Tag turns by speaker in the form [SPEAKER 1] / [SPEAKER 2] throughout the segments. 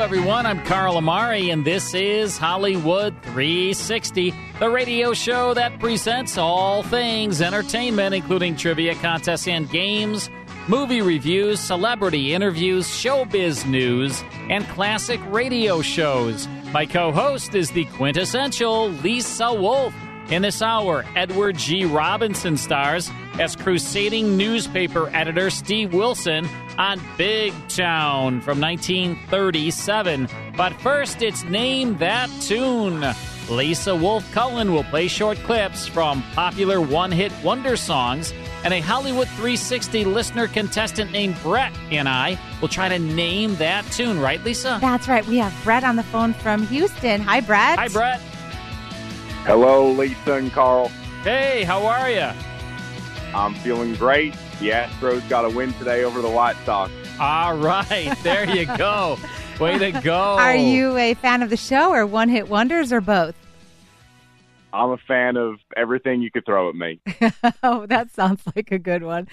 [SPEAKER 1] everyone. I'm Carl Amari, and this is Hollywood 360, the radio show that presents all things entertainment, including trivia contests and games, movie reviews, celebrity interviews, showbiz news, and classic radio shows. My co host is the quintessential Lisa Wolf. In this hour, Edward G. Robinson stars as crusading newspaper editor Steve Wilson on Big Town from 1937. But first, it's Name That Tune. Lisa Wolf Cullen will play short clips from popular one hit wonder songs, and a Hollywood 360 listener contestant named Brett and I will try to name that tune, right, Lisa?
[SPEAKER 2] That's right. We have Brett on the phone from Houston. Hi, Brett.
[SPEAKER 1] Hi, Brett.
[SPEAKER 3] Hello, Lisa and Carl.
[SPEAKER 1] Hey, how are you?
[SPEAKER 3] I'm feeling great. The Astros got a win today over the White Sox.
[SPEAKER 1] All right, there you go. Way to go.
[SPEAKER 2] Are you a fan of the show or one hit wonders or both?
[SPEAKER 3] I'm a fan of everything you could throw at me.
[SPEAKER 2] oh, that sounds like a good one.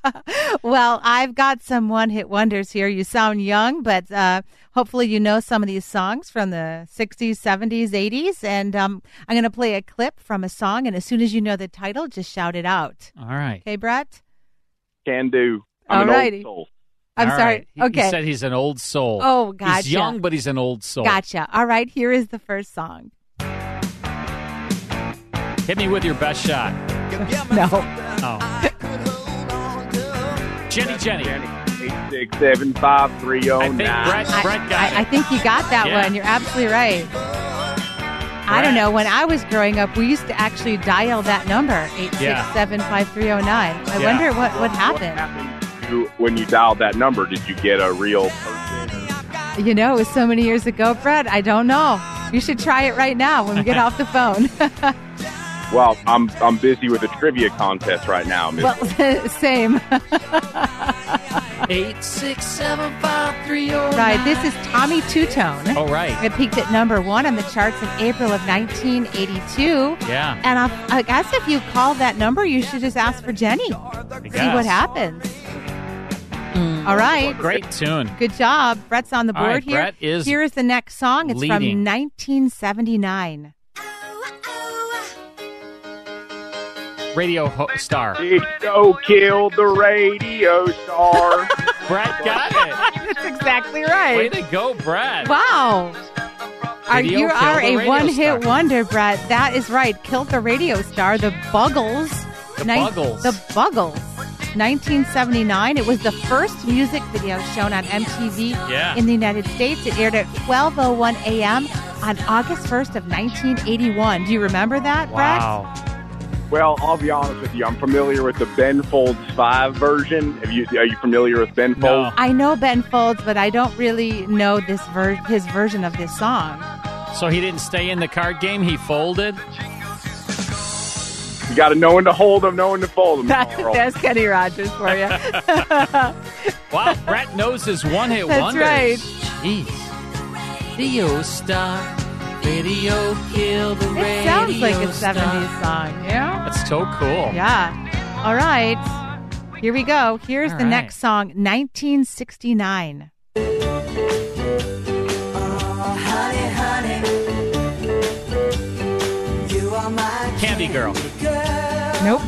[SPEAKER 2] well, I've got some one hit wonders here. You sound young, but uh, hopefully you know some of these songs from the 60s, 70s, 80s. And um, I'm going to play a clip from a song. And as soon as you know the title, just shout it out.
[SPEAKER 1] All right.
[SPEAKER 2] Okay, Brett?
[SPEAKER 3] Can do. I'm Alrighty. an old soul.
[SPEAKER 2] I'm All
[SPEAKER 1] Right.
[SPEAKER 2] sorry. okay.
[SPEAKER 1] He said he's an old soul.
[SPEAKER 2] Oh, gotcha.
[SPEAKER 1] He's young, but he's an old soul.
[SPEAKER 2] Gotcha. All right, here is the first song.
[SPEAKER 1] Hit me with your best shot.
[SPEAKER 2] no.
[SPEAKER 1] Oh. Jenny, Jenny.
[SPEAKER 3] Eight six seven five three zero nine.
[SPEAKER 1] I think Brett, Brett got
[SPEAKER 2] I, I, I, think you got that yeah. one. You're absolutely right. Brett. I don't know. When I was growing up, we used to actually dial that number eight six seven five three zero nine. I yeah. wonder what what happened. What
[SPEAKER 3] happened you, when you dialed that number? Did you get a real?
[SPEAKER 2] You know, it was so many years ago, Brett. I don't know. You should try it right now when we get off the phone.
[SPEAKER 3] Well, I'm I'm busy with a trivia contest right now. Ms.
[SPEAKER 2] Well, same.
[SPEAKER 1] Eight six seven five three zero.
[SPEAKER 2] Right, this is Tommy Two Tone.
[SPEAKER 1] Oh, right.
[SPEAKER 2] It peaked at number one on the charts in April of 1982.
[SPEAKER 1] Yeah.
[SPEAKER 2] And I, I guess if you call that number, you should just ask for Jenny. See what happens. Mm. All right.
[SPEAKER 1] Great tune.
[SPEAKER 2] Good job. Brett's on the board
[SPEAKER 1] right,
[SPEAKER 2] here.
[SPEAKER 1] Brett is
[SPEAKER 2] here is the next song. It's
[SPEAKER 1] leading.
[SPEAKER 2] from 1979.
[SPEAKER 1] radio ho- star.
[SPEAKER 3] Disco killed the radio star.
[SPEAKER 1] Brett got it.
[SPEAKER 2] That's exactly right.
[SPEAKER 1] Way to go, Brett.
[SPEAKER 2] Wow. Are, you are a one hit wonder, Brett. That is right. Killed the radio star, the Buggles.
[SPEAKER 1] The Ni- Buggles.
[SPEAKER 2] The Buggles. 1979. It was the first music video shown on MTV
[SPEAKER 1] yeah.
[SPEAKER 2] in the United States. It aired at 12:01 a.m. on August 1st of 1981. Do you remember that, Brett?
[SPEAKER 1] Wow.
[SPEAKER 3] Well, I'll be honest with you. I'm familiar with the Ben Folds Five version. You, are you familiar with Ben
[SPEAKER 2] No.
[SPEAKER 3] Folds?
[SPEAKER 2] I know Ben Folds, but I don't really know this ver- his version of this song.
[SPEAKER 1] So he didn't stay in the card game. He folded.
[SPEAKER 3] You got to know when to hold them, know when to fold them.
[SPEAKER 2] That, that's Kenny Rogers for you.
[SPEAKER 1] wow, Brett knows his one-hit
[SPEAKER 2] that's
[SPEAKER 1] wonders.
[SPEAKER 2] right.
[SPEAKER 1] Jeez, Theo Star. Radio kill the radio
[SPEAKER 2] It sounds like a
[SPEAKER 1] star.
[SPEAKER 2] 70s song, yeah?
[SPEAKER 1] That's so cool.
[SPEAKER 2] Yeah. All right. Here we go. Here's
[SPEAKER 1] All
[SPEAKER 2] the
[SPEAKER 1] right.
[SPEAKER 2] next song, 1969.
[SPEAKER 1] Candy Girl.
[SPEAKER 2] Nope.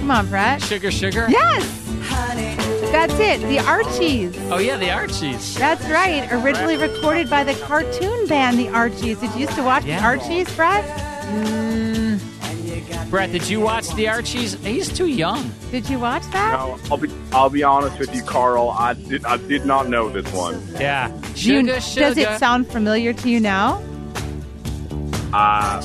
[SPEAKER 2] Come on, Brett.
[SPEAKER 1] Sugar Sugar?
[SPEAKER 2] Yes! That's it, the Archies.
[SPEAKER 1] Oh, yeah, the Archies.
[SPEAKER 2] That's right. Originally recorded by the cartoon band, the Archies. Did you used to watch
[SPEAKER 1] Yeah. Mm.
[SPEAKER 2] the Archies, Brad?
[SPEAKER 1] Brett, did you watch the Archies? He's too young.
[SPEAKER 2] Did you watch that?
[SPEAKER 3] No, I'll be I'll be honest with you, Carl. I did I did not know this one.
[SPEAKER 1] Yeah.
[SPEAKER 2] Do you- Does it sound familiar to you now?
[SPEAKER 3] Uh,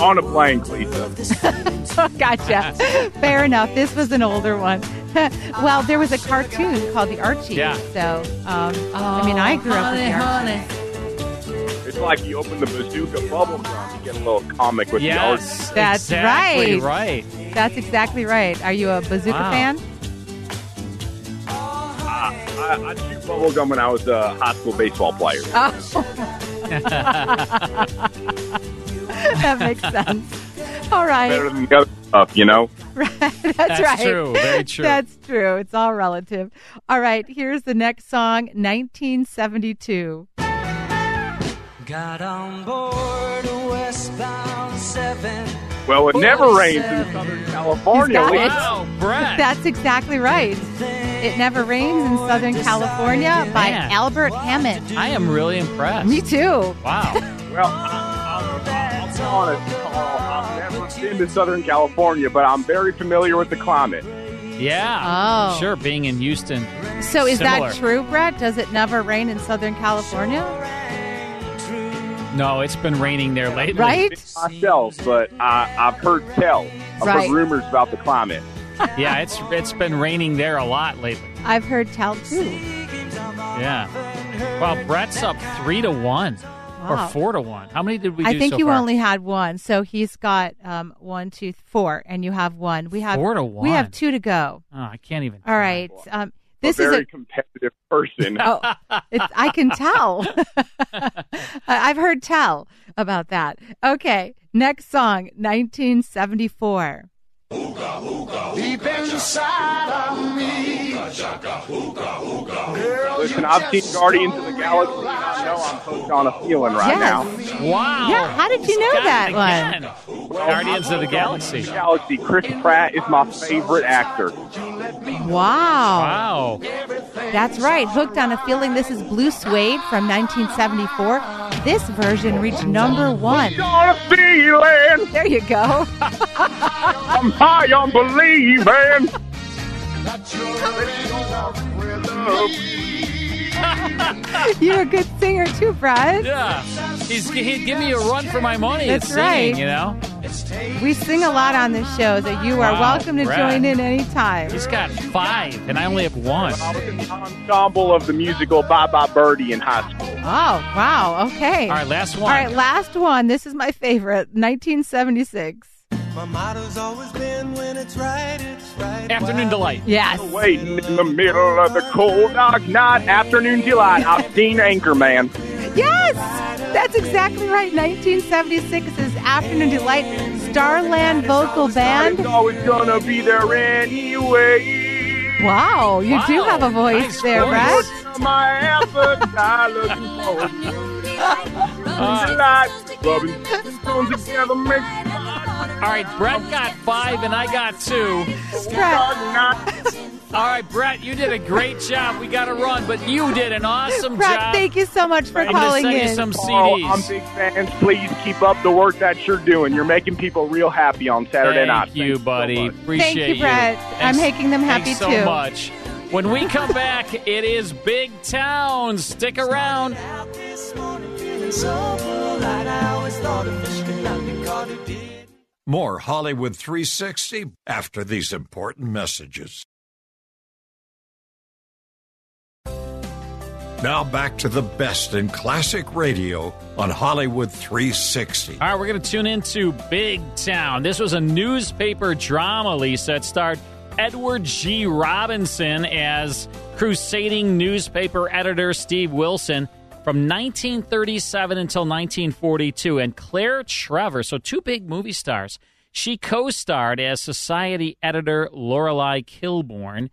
[SPEAKER 3] on a blank, Lisa.
[SPEAKER 2] gotcha. Fair enough. This was an older one. well, there was a cartoon called The Archies.
[SPEAKER 3] Yeah.
[SPEAKER 2] So, um, I mean, I grew up with
[SPEAKER 4] Oh,
[SPEAKER 2] The Archies.
[SPEAKER 3] It's like you open the bazooka bubble gum, you get a little comic with
[SPEAKER 1] Yes,
[SPEAKER 3] the
[SPEAKER 2] That's
[SPEAKER 1] exactly
[SPEAKER 2] right. That's exactly right. Are you a bazooka
[SPEAKER 3] Wow.
[SPEAKER 2] fan?
[SPEAKER 3] I, I, I chewed bubble gum when I was a high school baseball player.
[SPEAKER 2] Oh. that makes sense. All right.
[SPEAKER 3] Better than the other stuff, you know.
[SPEAKER 2] That's,
[SPEAKER 3] That's
[SPEAKER 2] right.
[SPEAKER 3] true. Very true.
[SPEAKER 2] That's true. It's all relative. All right. Here's the next song 1972.
[SPEAKER 5] Got on board a westbound seven.
[SPEAKER 3] Well, it never rains in Southern California.
[SPEAKER 2] Oh, He's got
[SPEAKER 3] Lisa.
[SPEAKER 2] it. That's exactly right. It Never Rains in Southern California by
[SPEAKER 1] Man.
[SPEAKER 2] Albert Hammond.
[SPEAKER 1] I am really impressed.
[SPEAKER 2] Me too.
[SPEAKER 1] Wow.
[SPEAKER 3] I'll be honest, Carl. I've never been to Southern California, but I'm very familiar with the climate.
[SPEAKER 1] Yeah.
[SPEAKER 2] Oh.
[SPEAKER 1] Sure, being in Houston.
[SPEAKER 2] So is
[SPEAKER 1] similar.
[SPEAKER 2] that true, Brett? Does it never rain in Southern California?
[SPEAKER 1] No, it's been raining there lately.
[SPEAKER 2] Right?
[SPEAKER 3] Myself, but I, I've heard tell. I've
[SPEAKER 2] Right.
[SPEAKER 3] heard rumors about the climate.
[SPEAKER 1] yeah, it's it's been raining there a lot lately.
[SPEAKER 2] I've heard tell too.
[SPEAKER 1] Yeah. Well, Brett's up three to one
[SPEAKER 2] Wow.
[SPEAKER 1] or four to one. How many did we?
[SPEAKER 2] I
[SPEAKER 1] do
[SPEAKER 2] think
[SPEAKER 1] so
[SPEAKER 2] you
[SPEAKER 1] far?
[SPEAKER 2] only had one, so he's got um, one, two, th- four, and you have one. We have
[SPEAKER 1] Four to
[SPEAKER 2] We
[SPEAKER 1] one.
[SPEAKER 2] have two to go.
[SPEAKER 1] Oh, I can't even.
[SPEAKER 2] All right. Um,
[SPEAKER 3] I'm a
[SPEAKER 2] this is
[SPEAKER 3] very
[SPEAKER 2] a.
[SPEAKER 3] competitive person.
[SPEAKER 2] Oh, it's, I can tell. I- I've heard tell about that. Okay, next song, 1974.
[SPEAKER 5] Deep inside of me. Girl,
[SPEAKER 3] Listen, I've seen Guardians of the Galaxy. and I know I'm hooked on a feeling right
[SPEAKER 2] yes.
[SPEAKER 3] now.
[SPEAKER 2] Yeah, how did you know that one?
[SPEAKER 1] Guardians of the Galaxy.
[SPEAKER 3] Galaxy. Chris Pratt is my favorite actor.
[SPEAKER 2] Wow.
[SPEAKER 3] Wow.
[SPEAKER 2] That's right. Hooked on a Feeling. This is Blue Suede from 1974. This version reached number one. There you go.
[SPEAKER 3] I'm high on believing.
[SPEAKER 2] You're a good singer too, Brad.
[SPEAKER 1] Yeah. He's he'd give me a run for my money.
[SPEAKER 2] That's
[SPEAKER 1] at singing,
[SPEAKER 2] right.
[SPEAKER 1] You know.
[SPEAKER 2] We sing a lot on this show, so you are
[SPEAKER 1] Wow,
[SPEAKER 2] welcome to
[SPEAKER 1] Brad.
[SPEAKER 2] join in anytime.
[SPEAKER 1] He's got five, and I only have one.
[SPEAKER 3] Ensemble of the musical Bye Bye Birdie in high school.
[SPEAKER 2] Oh, wow. Okay.
[SPEAKER 1] All right, last
[SPEAKER 2] All
[SPEAKER 1] one.
[SPEAKER 2] right, last one. This is my favorite 1976.
[SPEAKER 5] My motto's always been when it's right, it's right.
[SPEAKER 1] Afternoon delight.
[SPEAKER 2] Yes.
[SPEAKER 3] Waiting in the middle of the cold dark night, afternoon delight. I've seen Anchorman.
[SPEAKER 2] Yes, that's exactly right. 1976 is Afternoon Delight, Starland Vocal Band.
[SPEAKER 3] Always gonna be there anyway.
[SPEAKER 2] Wow, you do have a voice there, Brad.
[SPEAKER 3] My appetite looking forward. Delight, rubbing stones together, make
[SPEAKER 1] All right, Brett got five, and I got two. All right, Brett, you did a great job. We got to run, but you did an awesome
[SPEAKER 2] Brad,
[SPEAKER 1] job.
[SPEAKER 2] thank you so much for
[SPEAKER 1] I'm gonna
[SPEAKER 2] calling
[SPEAKER 1] send you
[SPEAKER 2] in.
[SPEAKER 1] some
[SPEAKER 3] Oh, I'm big fans. Please keep up the work that you're doing. You're making people real happy on Saturday
[SPEAKER 1] Thank
[SPEAKER 3] night.
[SPEAKER 1] you, buddy. Appreciate
[SPEAKER 2] Thank you, Brett. I'm
[SPEAKER 1] Thanks-
[SPEAKER 2] making them happy
[SPEAKER 1] thanks so
[SPEAKER 2] too.
[SPEAKER 1] much. When we come back, it is Big Town. Stick around.
[SPEAKER 6] More Hollywood 360 after these important messages. Now back to the best in classic radio on Hollywood 360.
[SPEAKER 1] All right, we're going to tune into Big Town. This was a newspaper drama, Lisa. It starred Edward G. Robinson as crusading newspaper editor Steve Wilson from 1937 until 1942, and Claire Trevor, so two big movie stars. She co starred as society editor Lorelei Kilbourne.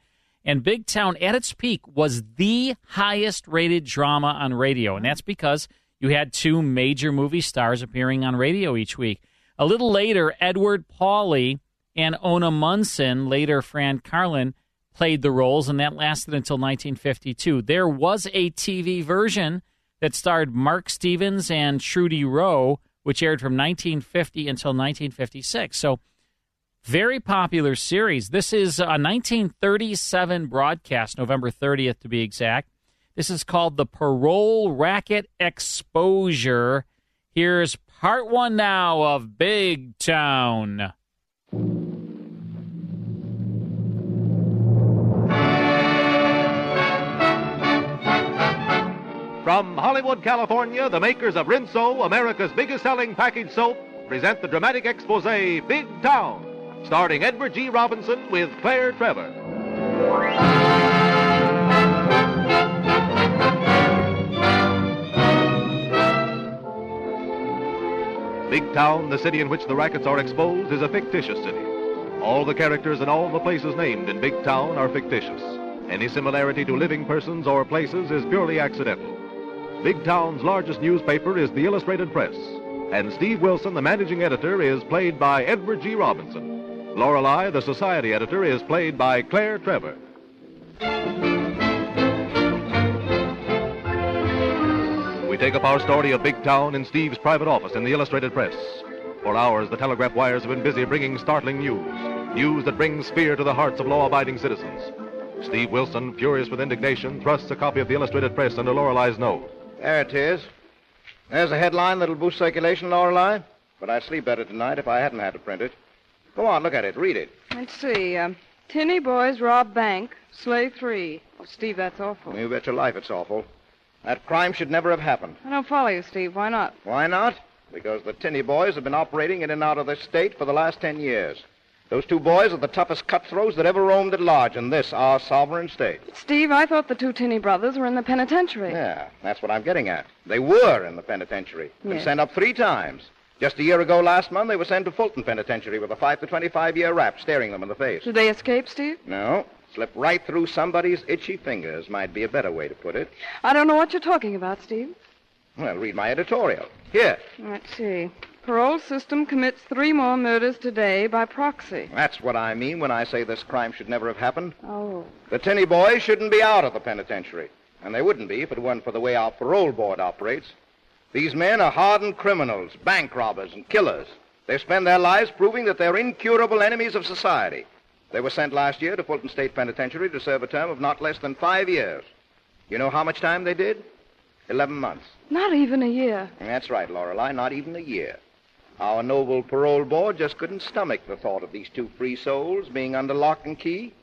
[SPEAKER 1] And Big Town at its peak was the highest rated drama on radio. And that's because you had two major movie stars appearing on radio each week. A little later, Edward Pauley and Ona Munson, later Fran Carlin, played the roles, and that lasted until 1952. There was a TV version that starred Mark Stevens and Trudy Rowe, which aired from 1950 until 1956. So, very popular series. This is a 1937 broadcast, November 30th to be exact. This is called The Parole Racket Exposure. Here's part one now of Big Town.
[SPEAKER 7] From Hollywood, California, the makers of Rinso, America's biggest selling package soap, present the dramatic expose Big Town, starring Edward G. Robinson with Claire Trevor. Big Town, the city in which the rackets are exposed, is a fictitious city. All the characters and all the places named in Big Town are fictitious. Any similarity to living persons or places is purely accidental. Big Town's largest newspaper is the Illustrated Press, and Steve Wilson, the managing editor, is played by Edward G. Robinson. Lorelei, the society editor, is played by Claire Trevor. We take up our story of Big Town in Steve's private office in the Illustrated Press. For hours, the telegraph wires have been busy bringing startling news. News that brings fear to the hearts of law abiding citizens. Steve Wilson, furious with indignation, thrusts a copy of the Illustrated Press under Lorelei's nose.
[SPEAKER 8] There it is. There's a headline that'll boost circulation, Lorelei. But I'd sleep better tonight if I hadn't had to print it. Go on, look at it. Read it.
[SPEAKER 9] Let's see. Um, Tinny boys rob bank, slay three. Oh, Steve, that's awful.
[SPEAKER 8] You bet your life it's awful. That crime should never have happened.
[SPEAKER 9] I don't follow you, Steve. Why not?
[SPEAKER 8] Why not? Because the Tinney boys have been operating in and out of this state for the last ten years. Those two boys are the toughest cutthroats that ever roamed at large in this, our sovereign state.
[SPEAKER 9] Steve, I thought the two Tinney brothers were in the penitentiary.
[SPEAKER 8] Yeah, that's what I'm getting at. They were in the penitentiary. Been
[SPEAKER 9] Yes.
[SPEAKER 8] sent up three times. Just a year ago last month, they were sent to Fulton Penitentiary with a 5 to 25 year rap staring them in the face.
[SPEAKER 9] Did they escape, Steve?
[SPEAKER 8] No, slipped right through somebody's itchy fingers, might be a better way to put it.
[SPEAKER 9] I don't know what you're talking about, Steve.
[SPEAKER 8] Well, read my editorial. Here,
[SPEAKER 9] Let's see. Parole system commits three more murders today by proxy.
[SPEAKER 8] that's what I mean when I say this crime should never have happened.
[SPEAKER 9] Oh.
[SPEAKER 8] The Tinney boys shouldn't be out of the penitentiary. And they wouldn't be if it weren't for the way our parole board operates. These men are hardened criminals, bank robbers, and killers. They spend their lives proving that they're incurable enemies of society. They were sent last year to Fulton State Penitentiary to serve a term of not less than five years. You know how much time they did? Eleven months.
[SPEAKER 9] Not even a year.
[SPEAKER 8] And that's right, Lorelei, not even a year. Our noble parole board just couldn't stomach the thought of these two free souls being under lock and key.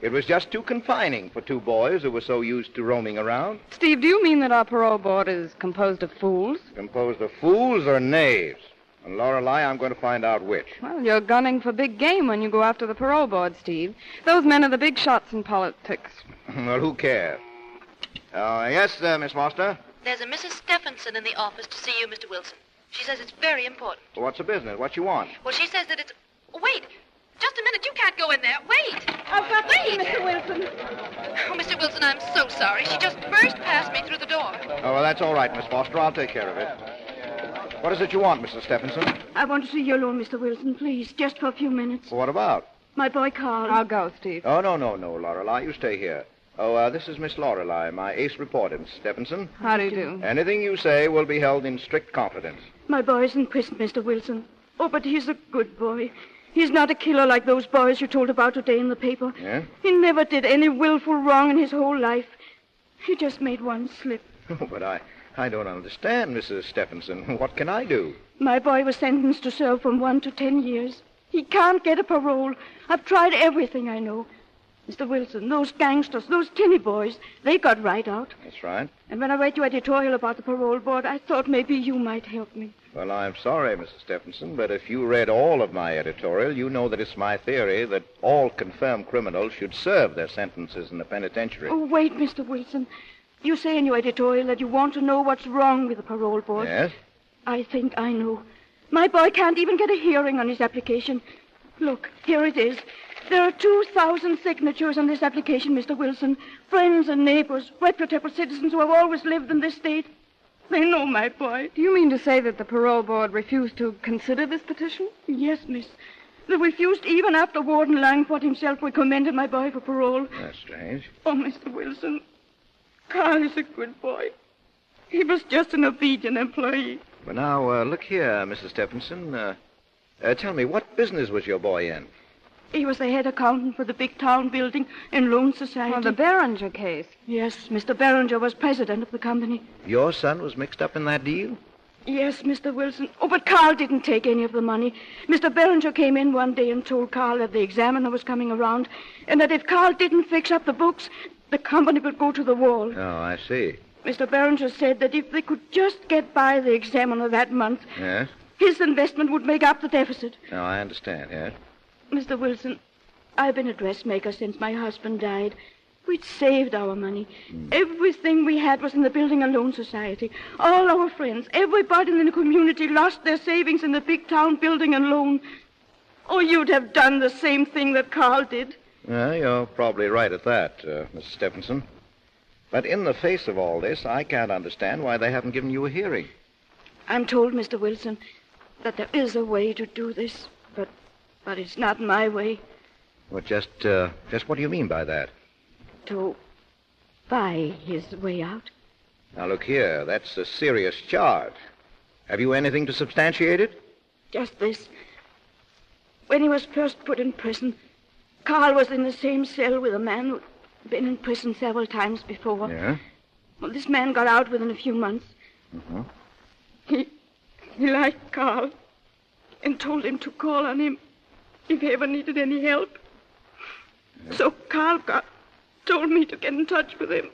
[SPEAKER 8] It was just too confining for two boys who were so used to roaming around.
[SPEAKER 9] Steve, do you mean that our parole board is composed of fools?
[SPEAKER 8] Composed of fools or knaves. And Lorelei, I'm going to find out which.
[SPEAKER 9] Well, you're gunning for big game when you go after the parole board, Steve. Those men are the big shots in politics.
[SPEAKER 8] well, who cares? Uh, yes, uh, Miss Foster.
[SPEAKER 10] There's a Mrs. Stephenson in the office to see you, Mr. Wilson. She says it's very important.
[SPEAKER 8] What's the business? What you want?
[SPEAKER 10] Well, she says that it's. Wait! Just a minute, you can't go in there. Wait! I've got Wait! Mr. Wilson. Oh, Mr. Wilson, I'm so sorry. She just burst past me through the door.
[SPEAKER 8] Oh, well, that's all right, Miss Foster. I'll take care of it. What is it you want, Mrs. Stephenson?
[SPEAKER 11] I want to see you alone, Mr. Wilson, please, just for a few minutes.
[SPEAKER 8] What about?
[SPEAKER 11] My boy Carl.
[SPEAKER 9] I'll go, Steve.
[SPEAKER 8] Oh, no, no, no, Lorelei. You stay here. Oh, uh, this is Miss Lorelei, my ace reporter, Miss Stephenson.
[SPEAKER 9] How do you do?
[SPEAKER 8] Anything you say will be held in strict confidence.
[SPEAKER 11] My boy isn't prison, Mr. Wilson. Oh, but he's a good boy. He's not a killer like those boys you told about today in the paper.
[SPEAKER 8] Yeah?
[SPEAKER 11] He never did any willful wrong in his whole life. He just made one slip.
[SPEAKER 8] Oh, but I, I don't understand, Mrs. Stephenson. What can I do?
[SPEAKER 11] My boy was sentenced to serve from one to ten years. He can't get a parole. I've tried everything I know. Mr. Wilson, those gangsters, those tinny boys, they got right out.
[SPEAKER 8] That's right.
[SPEAKER 11] And when I read your editorial about the parole board, I thought maybe you might help me.
[SPEAKER 8] Well, I'm sorry, Mrs. Stephenson, but if you read all of my editorial, you know that it's my theory that all confirmed criminals should serve their sentences in the penitentiary.
[SPEAKER 11] Oh, wait, Mr. Wilson. You say in your editorial that you want to know what's wrong with the parole board.
[SPEAKER 8] Yes?
[SPEAKER 11] I think I know. My boy can't even get a hearing on his application. Look, here it is. There are 2,000 signatures on this application, Mr. Wilson. Friends and neighbors, reputable citizens who have always lived in this state. They know my boy.
[SPEAKER 9] Do you mean to say that the parole board refused to consider this petition?
[SPEAKER 11] Yes, miss. They refused even after Warden Langford himself recommended my boy for parole.
[SPEAKER 8] That's strange.
[SPEAKER 11] Oh, Mr. Wilson, Carl is a good boy. He was just an obedient employee.
[SPEAKER 8] But now, uh, look here, Mrs. Stephenson. Uh, uh, tell me, what business was your boy in?
[SPEAKER 11] He was the head accountant for the big town building and loan society.
[SPEAKER 9] Oh, the Barringer case.
[SPEAKER 11] Yes, Mr. Barringer was president of the company.
[SPEAKER 8] Your son was mixed up in that deal?
[SPEAKER 11] Yes, Mr. Wilson. Oh, but Carl didn't take any of the money. Mr. Barringer came in one day and told Carl that the examiner was coming around and that if Carl didn't fix up the books, the company would go to the wall.
[SPEAKER 8] Oh, I see.
[SPEAKER 11] Mr. Barringer said that if they could just get by the examiner that month,
[SPEAKER 8] Yes?
[SPEAKER 11] his investment would make up the deficit.
[SPEAKER 8] No, I understand, yes?
[SPEAKER 11] Mr. Wilson, I've been a dressmaker since my husband died. We'd saved our money. Everything we had was in the Building and Loan Society. All our friends, everybody in the community lost their savings in the big town building and loan. Oh, you'd have done the same thing that Carl did.
[SPEAKER 8] Well, you're probably right at that, uh, Mrs. Stephenson. But in the face of all this, I can't understand why they haven't given you a hearing.
[SPEAKER 11] I'm told, Mr. Wilson, that there is a way to do this, but but it's not my way
[SPEAKER 8] Well, just, uh, just what do you mean by that?
[SPEAKER 11] to buy his way out.
[SPEAKER 8] Now, look here, that's a serious charge. Have you anything to substantiate it?
[SPEAKER 11] Just this. When he was first put in prison, Carl was in the same cell with a man who'd been in prison several times before.
[SPEAKER 8] Yeah?
[SPEAKER 11] Well, this man got out within a few months.
[SPEAKER 8] Mm-hmm.
[SPEAKER 11] He, he liked Carl and told him to call on him if he ever needed any help. So Carl got, told me to get in touch with him.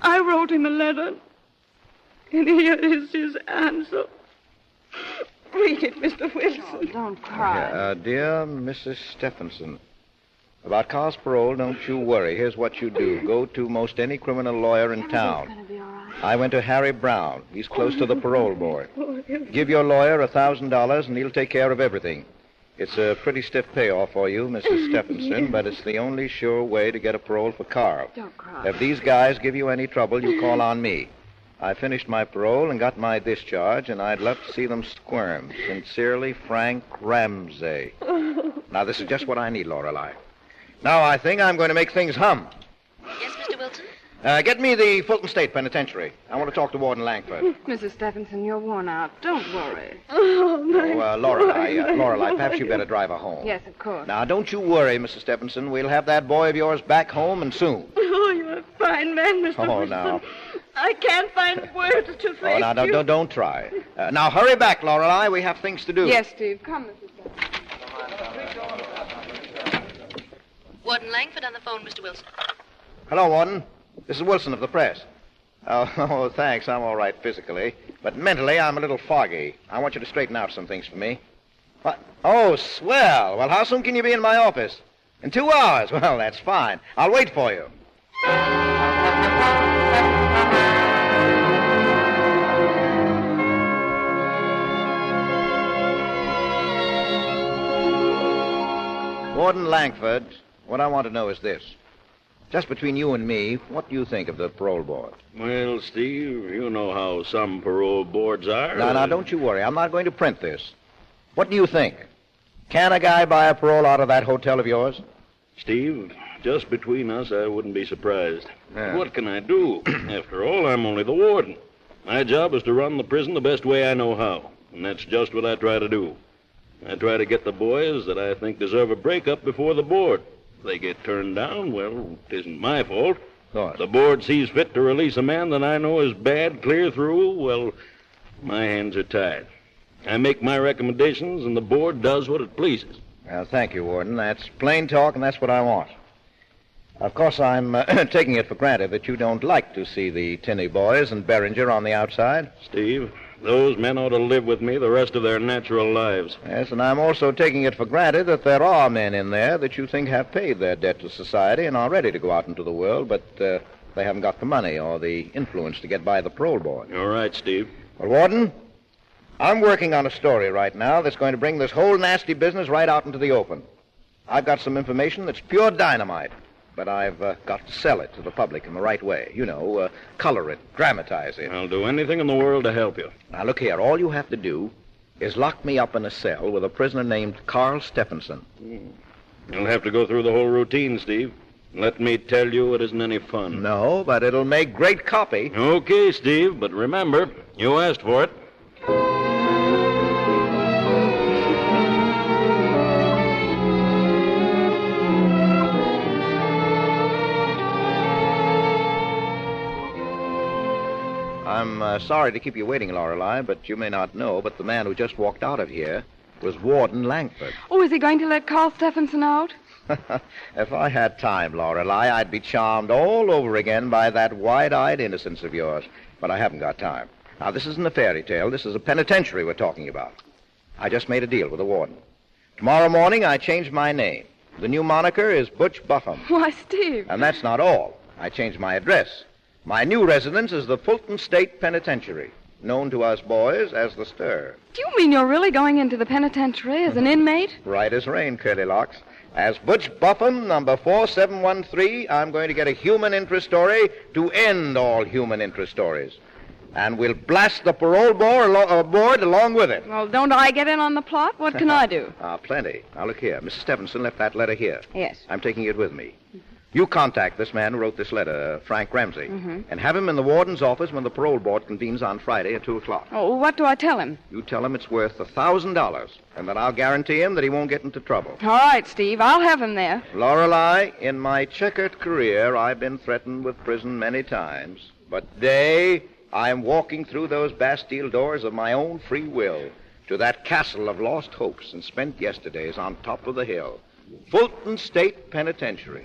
[SPEAKER 11] I wrote him a letter, and here is his answer. Read it, Mr. Wilson.
[SPEAKER 9] Oh, don't cry.
[SPEAKER 8] Uh, dear Mrs. Stephenson, about Carl's parole, don't you worry. Here's what you do go to most any criminal lawyer in town. I went to Harry Brown. He's close to the parole board. Give your lawyer a $1,000 and he'll take care of everything. It's a pretty stiff payoff for you, Mrs. Stephenson, but it's the only sure way to get a parole for Carl.
[SPEAKER 9] Don't cry.
[SPEAKER 8] If these guys give you any trouble, you call on me. I finished my parole and got my discharge, and I'd love to see them squirm. Sincerely, Frank Ramsey. Now, this is just what I need, Lorelei. Now, I think I'm going to make things hum.
[SPEAKER 10] Yes, Mr. Wilson?
[SPEAKER 8] Uh, get me the Fulton State Penitentiary. I want to talk to Warden Langford.
[SPEAKER 9] Mrs. Stephenson, you're worn out. Don't worry.
[SPEAKER 11] Oh, my.
[SPEAKER 8] Oh, uh, Lorelei, uh, Lorelei, perhaps you better drive her home.
[SPEAKER 9] Yes, of course.
[SPEAKER 8] Now, don't you worry, Mrs. Stephenson. We'll have that boy of yours back home and soon.
[SPEAKER 11] Oh, you're a fine man, Mr.
[SPEAKER 8] Oh,
[SPEAKER 11] Wilson.
[SPEAKER 8] now.
[SPEAKER 11] I can't find words to thank
[SPEAKER 8] Oh, now, don't,
[SPEAKER 11] you.
[SPEAKER 8] don't, don't try. Uh, now, hurry back, Lorelei. We have things to do.
[SPEAKER 9] Yes, Steve. Come, Mrs.
[SPEAKER 10] Warden Langford on the phone, Mr. Wilson.
[SPEAKER 8] Hello, Warden. This is Wilson of the press. Oh, oh, thanks. I'm all right physically, but mentally I'm a little foggy. I want you to straighten out some things for me. What? Oh, swell. Well, how soon can you be in my office? In two hours. Well, that's fine. I'll wait for you. Warden Langford, what I want to know is this. Just between you and me, what do you think of the parole board?
[SPEAKER 12] Well, Steve, you know how some parole boards are.
[SPEAKER 8] Now, now, don't you worry. I'm not going to print this. What do you think? Can a guy buy a parole out of that hotel of yours?
[SPEAKER 12] Steve, just between us, I wouldn't be surprised. What can I do? After all, I'm only the warden. My job is to run the prison the best way I know how, and that's just what I try to do. I try to get the boys that I think deserve a break up before the board. If they get turned down, well, it isn't my fault. The board sees fit to release a man that I know is bad clear through, well, my hands are tied. I make my recommendations, and the board does what it pleases.
[SPEAKER 8] Well, thank you, Warden. That's plain talk, and that's what I want. Of course, I'm uh, taking it for granted that you don't like to see the Tinney boys and Beringer on the outside.
[SPEAKER 12] Steve, those men ought to live with me the rest of their natural lives.
[SPEAKER 8] Yes, and I'm also taking it for granted that there are men in there that you think have paid their debt to society and are ready to go out into the world, but uh, they haven't got the money or the influence to get by the parole board.
[SPEAKER 12] All right, Steve.
[SPEAKER 8] Well, Warden, I'm working on a story right now that's going to bring this whole nasty business right out into the open. I've got some information that's pure dynamite, but I've uh, got to sell it to the public in the right way. You know, uh, color it, dramatize it.
[SPEAKER 12] I'll do anything in the world to help you.
[SPEAKER 8] Now, look here. All you have to do is lock me up in a cell with a prisoner named Carl Stephenson.
[SPEAKER 12] Hmm. You'll have to go through the whole routine, Steve. Let me tell you, it isn't any fun.
[SPEAKER 8] No, but it'll make great copy.
[SPEAKER 12] Okay, Steve, but remember, you asked for it.
[SPEAKER 8] I'm uh, sorry to keep you waiting, Lorelei, but you may not know, but the man who just walked out of here was Warden Langford.
[SPEAKER 9] Oh, is he going to let Carl Stephenson out?
[SPEAKER 8] if I had time, Lorelei, I'd be charmed all over again by that wide-eyed innocence of yours. But I haven't got time. Now, this isn't a fairy tale. This is a penitentiary we're talking about. I just made a deal with the warden. Tomorrow morning, I change my name. The new moniker is Butch Buffum.
[SPEAKER 9] Why, Steve.
[SPEAKER 8] And that's not all. I changed my address. My new residence is the Fulton State Penitentiary, known to us boys as the Stir.
[SPEAKER 9] Do you mean you're really going into the penitentiary as an inmate?
[SPEAKER 8] Right as rain, Curly Locks. As Butch Buffum, number 4713, I'm going to get a human interest story to end all human interest stories. And we'll blast the parole board, uh, board along with it.
[SPEAKER 9] Well, don't I get in on the plot? What can I do?
[SPEAKER 8] Ah, plenty. Now, look here. Mrs. Stephenson left that letter here.
[SPEAKER 9] Yes.
[SPEAKER 8] I'm taking it with me. You contact this man who wrote this letter, uh, Frank Ramsey,
[SPEAKER 9] Mm-hmm.
[SPEAKER 8] and have him in the warden's office when the parole board convenes on Friday at 2 o'clock.
[SPEAKER 9] Oh, what do I tell him?
[SPEAKER 8] You tell him it's worth a $1,000, and then I'll guarantee him that he won't get into trouble.
[SPEAKER 9] All right, Steve, I'll have him there.
[SPEAKER 8] Lorelei, in my checkered career, I've been threatened with prison many times. But today, I'm walking through those Bastille doors of my own free will to that castle of lost hopes and spent yesterdays on top of the hill, Fulton State Penitentiary.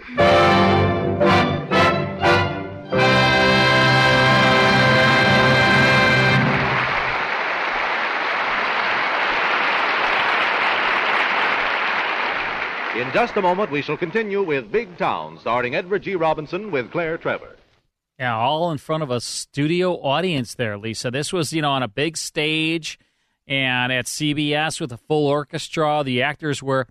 [SPEAKER 7] In just a moment, we shall continue with Big Town, starring Edward G. Robinson with Claire Trevor.
[SPEAKER 1] Yeah, all in front of a studio audience there, Lisa. This was, you know, on a big stage and at CBS with a full orchestra. The actors were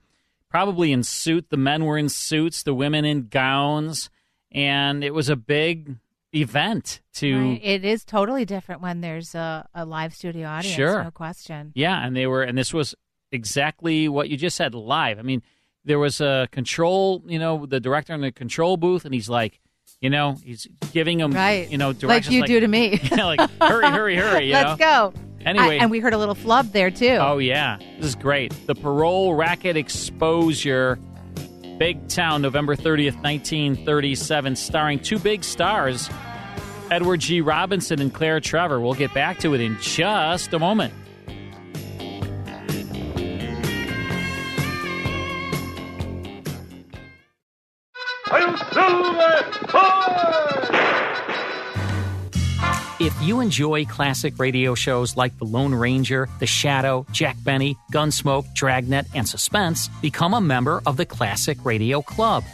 [SPEAKER 1] probably in suit. The men were in suits, the women in gowns. And it was a big event to.
[SPEAKER 2] It is totally different when there's a, a live studio audience.
[SPEAKER 1] Sure.
[SPEAKER 2] No question.
[SPEAKER 1] Yeah, and they were, and this was exactly what you just said live. I mean, there was a control, you know, the director in the control booth, and he's like, you know, he's giving him,
[SPEAKER 2] Right.
[SPEAKER 1] Um, you know,
[SPEAKER 2] like
[SPEAKER 1] directions
[SPEAKER 2] you do to me.
[SPEAKER 1] yeah, like hurry, hurry, hurry. You
[SPEAKER 2] Let's
[SPEAKER 1] know?
[SPEAKER 2] go.
[SPEAKER 1] Anyway.
[SPEAKER 2] I- and we heard a little flub there, too.
[SPEAKER 1] Oh yeah, this is great. The parole racket exposure, Big Town, November thirtieth, nineteen thirty-seven, starring two big stars, Edward G. Robinson and Claire Trevor. We'll get back to it in just a moment. If you enjoy classic radio shows like The Lone Ranger, The Shadow, Jack Benny, Gunsmoke, Dragnet, and Suspense, become a member of the Classic Radio Club.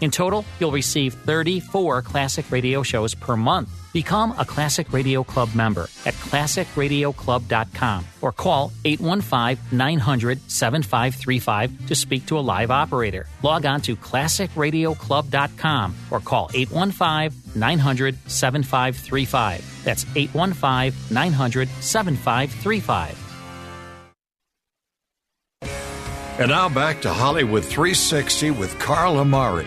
[SPEAKER 1] In total, you'll receive 34 classic radio shows per month. Become a Classic Radio Club member at classicradioclub.com or call 815 900 7535 to speak to a live operator. Log on to classicradioclub.com or call 815 900 7535. That's 815 900 7535.
[SPEAKER 6] And now back to Hollywood 360 with Carl Amari.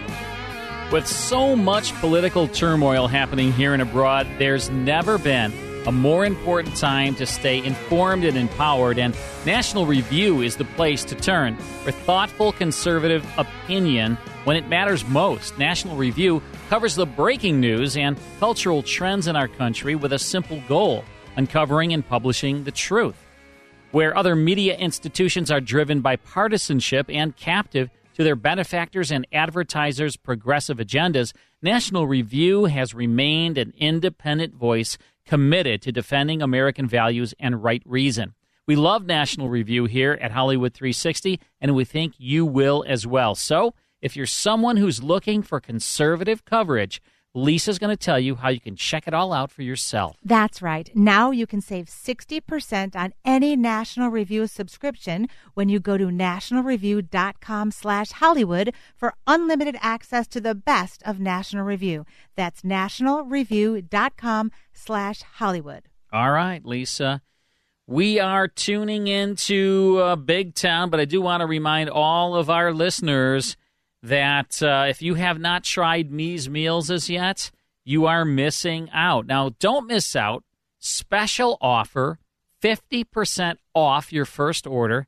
[SPEAKER 1] With so much political turmoil happening here and abroad, there's never been a more important time to stay informed and empowered, and National Review is the place to turn for thoughtful conservative opinion when it matters most. National Review covers the breaking news and cultural trends in our country with a simple goal uncovering and publishing the truth where other media institutions are driven by partisanship and captive to their benefactors and advertisers' progressive agendas, National Review has remained an independent voice committed to defending American values and right reason. We love National Review here at Hollywood 360, and we think you will as well. So, if you're someone who's looking for conservative coverage, Lisa's going to tell you how you can check it all out for yourself.
[SPEAKER 2] That's right. Now you can save 60% on any National Review subscription when you go to nationalreview.com slash Hollywood for unlimited access to the best of National Review. That's nationalreview.com slash Hollywood.
[SPEAKER 1] All right, Lisa. We are tuning into uh, Big Town, but I do want to remind all of our listeners that uh, if you have not tried Me's Meals as yet, you are missing out. Now, don't miss out. Special offer 50% off your first order.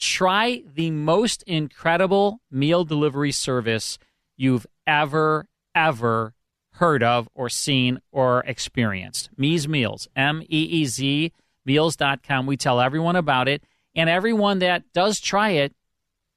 [SPEAKER 1] Try the most incredible meal delivery service you've ever, ever heard of, or seen, or experienced. Me's Meals, M E E Z, meals.com. We tell everyone about it, and everyone that does try it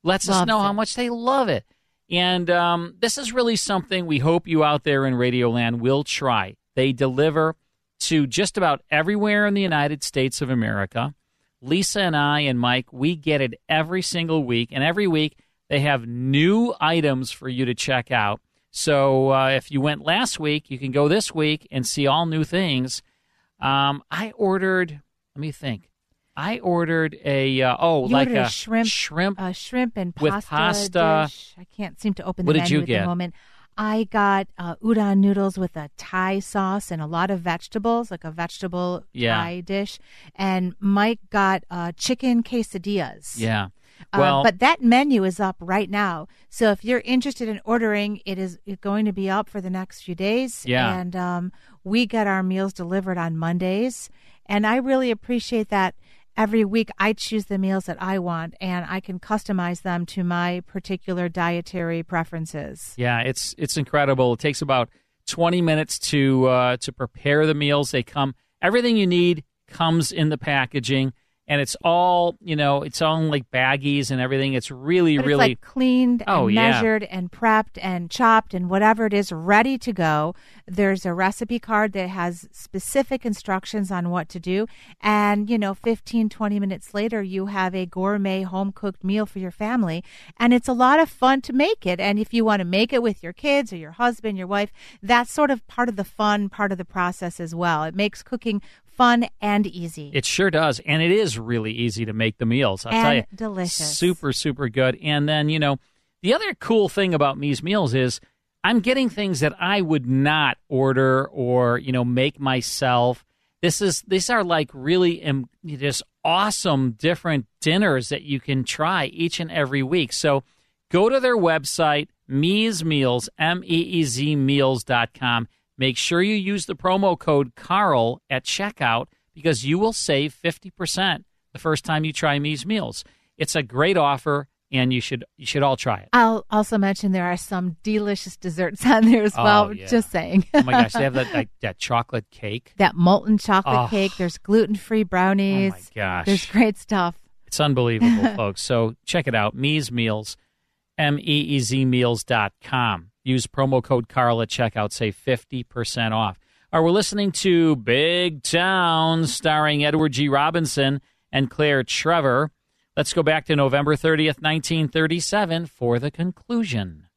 [SPEAKER 1] lets us
[SPEAKER 2] Loves
[SPEAKER 1] know how
[SPEAKER 2] it.
[SPEAKER 1] much they love it. And um, this is really something we hope you out there in Radioland will try. They deliver to just about everywhere in the United States of America. Lisa and I and Mike, we get it every single week, and every week they have new items for you to check out. So uh, if you went last week, you can go this week and see all new things. Um, I ordered. Let me think. I ordered a uh, oh
[SPEAKER 2] you
[SPEAKER 1] like
[SPEAKER 2] ordered
[SPEAKER 1] a,
[SPEAKER 2] a shrimp, shrimp, a shrimp and pasta,
[SPEAKER 1] with pasta.
[SPEAKER 2] dish. I can't seem to open
[SPEAKER 1] What
[SPEAKER 2] the
[SPEAKER 1] did
[SPEAKER 2] menu
[SPEAKER 1] you
[SPEAKER 2] at
[SPEAKER 1] get?
[SPEAKER 2] the moment. I got uh, udon noodles with a Thai sauce and a lot of vegetables, like a vegetable
[SPEAKER 1] Yeah.
[SPEAKER 2] Thai dish. And Mike got uh, chicken quesadillas.
[SPEAKER 1] yeah.
[SPEAKER 2] Uh,
[SPEAKER 1] Well,
[SPEAKER 2] but that menu is up right now. So if you're interested in ordering, it is going to be up for the next few days.
[SPEAKER 1] Yeah.
[SPEAKER 2] And um, we get our meals delivered on Mondays. And I really appreciate that every week I choose the meals that I want and I can customize them to my particular dietary preferences.
[SPEAKER 1] Yeah, it's it's incredible. It takes about 20 minutes to uh, to prepare the meals. They come everything you need comes in the packaging, and it's all you know. It's all in like baggies and everything. It's really
[SPEAKER 2] But it's,
[SPEAKER 1] really
[SPEAKER 2] like cleaned
[SPEAKER 1] Oh,
[SPEAKER 2] and
[SPEAKER 1] yeah.
[SPEAKER 2] measured and prepped and chopped and whatever it is ready to go there's a recipe card that has specific instructions on what to do and you know 15 20 minutes later you have a gourmet home cooked meal for your family and it's a lot of fun to make it and if you want to make it with your kids or your husband your wife that's sort of part of the fun part of the process as well it makes cooking fun and easy
[SPEAKER 1] It sure does, and it is really easy to make the meals. I'll tell you,
[SPEAKER 2] And delicious.
[SPEAKER 1] super super good. And then you know, the other cool thing about Me's meals is I'm getting things that I would not order or you know make myself. This is these are like really um, just awesome different dinners that you can try each and every week. So go to their website Me's Meals M E E Z Meals.com. Make sure you use the promo code Carl at checkout because you will save 50% the first time you try Me's Meals. It's a great offer and you should you should all try it.
[SPEAKER 2] I'll also mention there are some delicious desserts on there as
[SPEAKER 1] Oh,
[SPEAKER 2] well.
[SPEAKER 1] yeah.
[SPEAKER 2] Just saying.
[SPEAKER 1] Oh my gosh, they have that that, that chocolate cake.
[SPEAKER 2] that molten chocolate
[SPEAKER 1] Oh.
[SPEAKER 2] cake. There's gluten free brownies.
[SPEAKER 1] Oh my gosh.
[SPEAKER 2] There's great stuff.
[SPEAKER 1] It's unbelievable, folks. So check it out. Me's Meals, M E E Z Meals.com. Use promo code Carl at checkout, save 50% off. All right, we're listening to Big Town, starring Edward G. Robinson and Claire Trevor. Let's go back to November 30th, 1937 for the conclusion.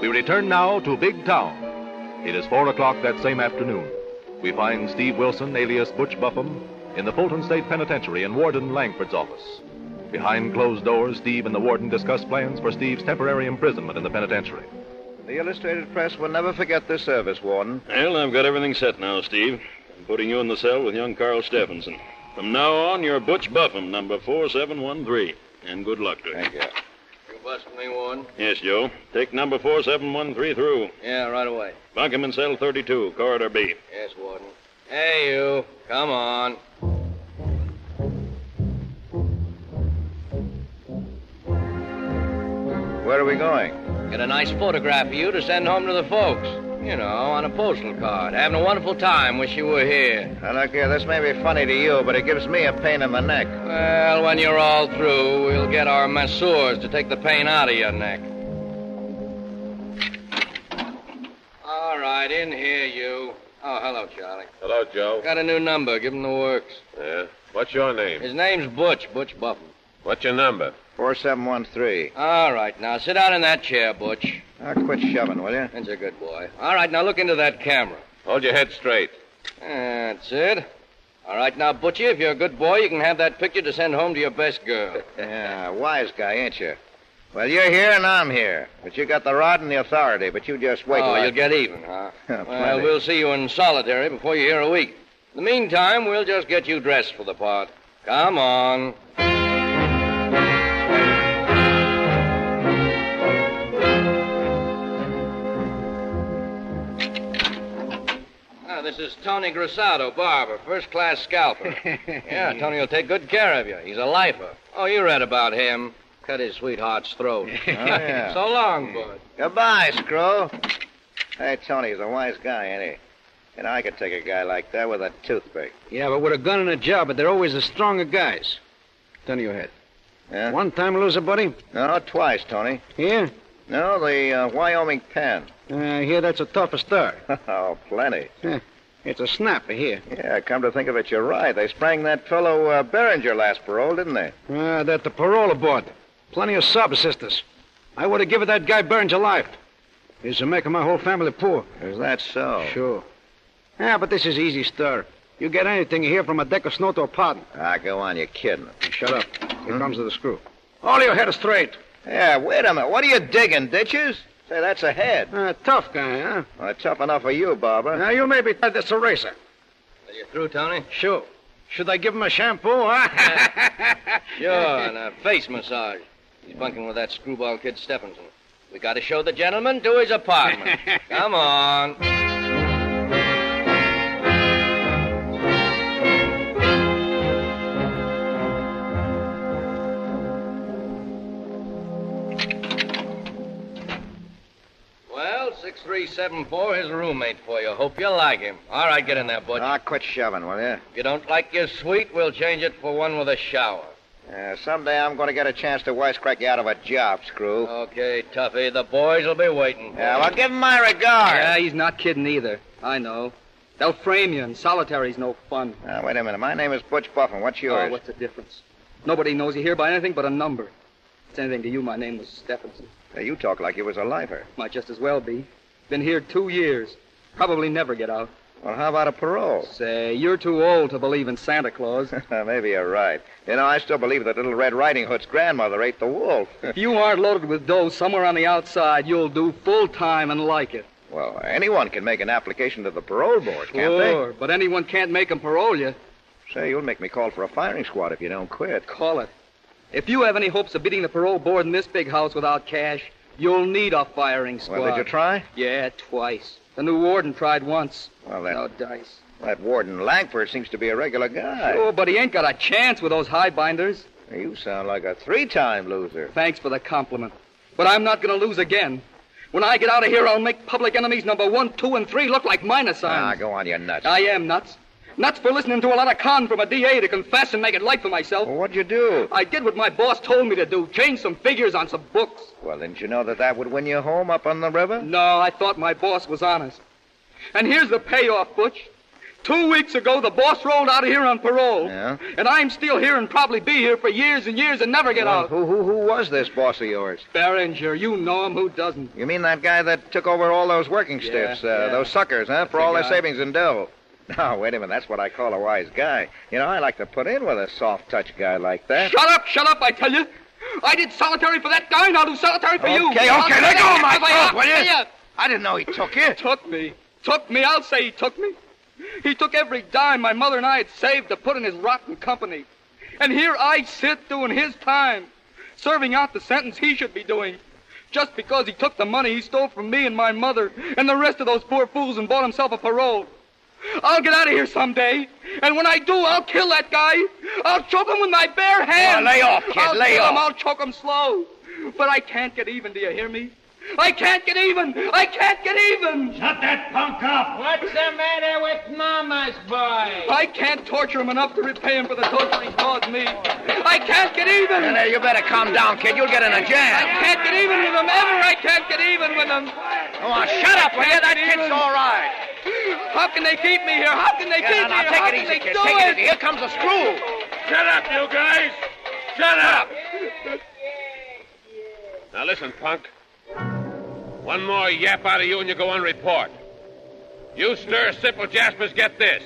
[SPEAKER 7] We return now to Big Town. It is 4 o'clock that same afternoon. We find Steve Wilson, alias Butch Buffum, in the Fulton State Penitentiary in Warden Langford's office. Behind closed doors, Steve and the warden discuss plans for Steve's temporary imprisonment in the penitentiary.
[SPEAKER 13] The Illustrated Press will never forget this service, Warden.
[SPEAKER 12] Well, I've got everything set now, Steve. I'm putting you in the cell with young Carl Stephenson. From now on, you're Butch Buffum, number 4713. And good luck to you. Thank you.
[SPEAKER 14] You busted me, Warren?
[SPEAKER 12] Yes, Joe. Take number 4713 through.
[SPEAKER 14] Yeah, right away.
[SPEAKER 12] Bunk him in cell 32, corridor B.
[SPEAKER 14] Yes, Warden. Hey, you. Come on.
[SPEAKER 13] Where are we going?
[SPEAKER 15] Get a nice photograph of you to send home to the folks. You know, on a postal card. Having a wonderful time. Wish you were here.
[SPEAKER 13] Now, look here, this may be funny to you, but it gives me a pain in the neck.
[SPEAKER 15] Well, when you're all through, we'll get our masseurs to take the pain out of your neck. All right, in here, you. Oh, hello, Charlie.
[SPEAKER 8] Hello, Joe.
[SPEAKER 15] Got a new number. Give him the works.
[SPEAKER 8] Yeah. What's your name?
[SPEAKER 15] His name's Butch, Butch Buffum.
[SPEAKER 8] What's your number?
[SPEAKER 15] 4713. All right, now sit down in that chair, Butch.
[SPEAKER 8] Now quit shoving, will you?
[SPEAKER 15] That's a good boy. All right, now look into that camera.
[SPEAKER 8] Hold your head straight.
[SPEAKER 15] That's it. All right, now, Butchie, if you're a good boy, you can have that picture to send home to your best girl.
[SPEAKER 8] Yeah, wise guy, ain't you?
[SPEAKER 15] Well, you're
[SPEAKER 8] Here and I'm here. But you got the rod and the authority, but you just wait.
[SPEAKER 15] Oh,
[SPEAKER 8] till I-
[SPEAKER 15] you'll get even, huh? well,
[SPEAKER 8] plenty.
[SPEAKER 15] we'll see you in solitary before you're here a week. In the meantime, we'll just get you dressed for the part. Come on. Ah, This is Tony Grisado, barber, first class scalper. yeah, Tony will take good care of you. He's a lifer. Oh, you read about him. Cut his sweetheart's throat.
[SPEAKER 8] Oh, yeah.
[SPEAKER 15] so long, bud.
[SPEAKER 8] Goodbye, Screw. Hey, Tony, he's a wise guy, ain't he? And I could take a guy like that with a toothpick.
[SPEAKER 16] Yeah, but with a gun and a job, but they're always the stronger guys. Turn your head.
[SPEAKER 8] Yeah?
[SPEAKER 16] One time loser, buddy?
[SPEAKER 8] No, twice, Tony.
[SPEAKER 16] Here?
[SPEAKER 8] No, the uh, Wyoming pen.
[SPEAKER 16] Uh, here, that's a tougher start.
[SPEAKER 8] oh, plenty.
[SPEAKER 16] It's a snapper here.
[SPEAKER 8] Yeah, come to think of it, you're right. They sprang that fellow uh, Beringer last parole, didn't they?
[SPEAKER 16] Uh, that the parole board. Plenty of sub assistants. I would have given that guy Burns a life. He's a making my whole family poor.
[SPEAKER 8] Is that so?
[SPEAKER 16] Sure. Yeah, but this is easy stir. You get anything here from a deck of snow to a pardon.
[SPEAKER 8] Ah, go on, you're kidding. Hmm?
[SPEAKER 16] Shut up. Here comes to the screw. All your head straight.
[SPEAKER 8] Yeah, wait a minute. What are you digging, ditches? Say, that's a head.
[SPEAKER 16] Uh, tough guy, huh?
[SPEAKER 8] Well, tough enough for you, Barber.
[SPEAKER 16] Now, you may be tired that's a racer.
[SPEAKER 15] Are you through, Tony?
[SPEAKER 16] Sure. Should I give him a shampoo, huh?
[SPEAKER 15] Sure, and a face massage. He's bunking with that screwball kid Stephenson. We gotta show the gentleman to his apartment. Come on. Well, 6374, his roommate for you. Hope you like him. All right, get in there, Butch.
[SPEAKER 8] Ah, quit shoving, will you?
[SPEAKER 15] If you don't like your suite, we'll change it for one with a shower.
[SPEAKER 8] Yeah, someday I'm going to get a chance to wisecrack you out of a job, Screw.
[SPEAKER 15] Okay, Tuffy, the boys will be waiting. for
[SPEAKER 8] Yeah,
[SPEAKER 15] you.
[SPEAKER 8] well, give him my regard.
[SPEAKER 17] Yeah, he's not kidding either. I know. They'll frame you, and solitary's no fun.
[SPEAKER 8] Now, Ah, wait a minute. My name is Butch Buffin. What's yours?
[SPEAKER 17] Oh, what's the difference? Nobody knows you here by anything but a number. If it's anything to you, my name was Stephenson.
[SPEAKER 8] Now, you talk like you was a lifer.
[SPEAKER 17] Might just as well be. Been here two years. Probably never get out.
[SPEAKER 8] Well, how about a parole?
[SPEAKER 17] Say, you're too old to believe in Santa Claus.
[SPEAKER 8] Maybe you're right. You know, I still believe that Little Red Riding Hood's grandmother ate the wolf.
[SPEAKER 17] if you aren't loaded with dough somewhere on the outside, you'll do full time and like it.
[SPEAKER 8] well, anyone can make an application to the parole board, can't
[SPEAKER 17] Sure, but anyone can't make 'em parole you.
[SPEAKER 8] they? Say, you'll make me call for a firing squad if you don't quit.
[SPEAKER 17] Call it. If you have any hopes of beating the parole board in this big house without cash, you'll need a firing squad.
[SPEAKER 8] Well, did you try?
[SPEAKER 17] Yeah, twice. The new warden tried once.
[SPEAKER 8] Well, that,
[SPEAKER 17] No Oh, dice.
[SPEAKER 8] that Warden Langford seems to be a regular guy.
[SPEAKER 17] Sure, but he ain't got a chance with those highbinders.
[SPEAKER 8] You sound like a three-time loser.
[SPEAKER 17] Thanks for the compliment. But I'm not going to lose again. When I get out of here, I'll make public enemies number one, two, and three look like minus
[SPEAKER 8] Ah,
[SPEAKER 17] signs.
[SPEAKER 8] go on, you nuts.
[SPEAKER 17] I am nuts. Nuts for listening to a lot of con from a DA to confess and make it light for myself.
[SPEAKER 8] What'd you do?
[SPEAKER 17] I did what my boss told me to do change some figures on some books.
[SPEAKER 8] Well, didn't you know that that would win you home up on the river?
[SPEAKER 17] No, I thought my boss was honest. And here's the payoff, Butch. Two weeks ago, the boss rolled out of here on parole.
[SPEAKER 8] Yeah?
[SPEAKER 17] And I'm still here and probably be here for years and years and never get
[SPEAKER 8] Well,
[SPEAKER 17] out.
[SPEAKER 8] Who, who, who was this boss of yours?
[SPEAKER 17] Barringer, you know him. Who doesn't?
[SPEAKER 8] You mean that guy that took over all those working
[SPEAKER 17] Yeah,
[SPEAKER 8] stiffs, uh,
[SPEAKER 17] yeah.
[SPEAKER 8] those suckers, huh, for
[SPEAKER 17] the
[SPEAKER 8] all their
[SPEAKER 17] guy.
[SPEAKER 8] savings in dough? No, wait a minute. That's what I call a wise guy. You know, I like to put in with a soft touch guy like that.
[SPEAKER 17] Shut up, shut up, I tell you. I did solitary for that guy, and I'll do solitary for you.
[SPEAKER 8] Okay,
[SPEAKER 17] I'll
[SPEAKER 8] okay,
[SPEAKER 17] do
[SPEAKER 8] let go of my
[SPEAKER 17] that for
[SPEAKER 8] throat, will you?
[SPEAKER 17] I'll tell
[SPEAKER 8] I didn't know he took you.
[SPEAKER 17] Took me. Took me. I'll say he took me. He took every dime my mother and I had saved to put in his rotten company. And here I sit doing his time, serving out the sentence he should be doing. Just because he took the money he stole from me and my mother and the rest of those poor fools and bought himself a parole. I'll get out of here someday, and when I do, I'll kill that guy. I'll choke him with my bare hands.
[SPEAKER 8] Oh, lay off, kid,
[SPEAKER 17] I'll
[SPEAKER 8] lay
[SPEAKER 17] kill Him.
[SPEAKER 8] off.
[SPEAKER 17] I'll choke him slow. But I can't get even, do you hear me? I can't get even! I can't get even! Shut that punk up! What's the matter with Mama's boy? I can't torture him enough to repay him for the torture he's caused me. I can't get even!
[SPEAKER 8] Now, now, you better calm down, kid. You'll get in a
[SPEAKER 17] I
[SPEAKER 8] jam.
[SPEAKER 17] can't get even with him ever! I can't get even with him!
[SPEAKER 8] Come on, shut up, will you? That kid's all right.
[SPEAKER 17] How can they keep me here? How can they
[SPEAKER 8] Yeah,
[SPEAKER 17] keep
[SPEAKER 8] now,
[SPEAKER 17] me
[SPEAKER 8] now,
[SPEAKER 17] here?
[SPEAKER 8] take
[SPEAKER 17] How
[SPEAKER 8] it
[SPEAKER 17] can
[SPEAKER 8] easy,
[SPEAKER 17] they
[SPEAKER 8] kid.
[SPEAKER 17] do
[SPEAKER 8] Take it
[SPEAKER 17] it?
[SPEAKER 8] easy. Here comes the screw.
[SPEAKER 18] Shut up, you guys! Shut up!
[SPEAKER 19] Now listen, punk. One more yap out of you and you go on report. You stir simple Jaspers, get this.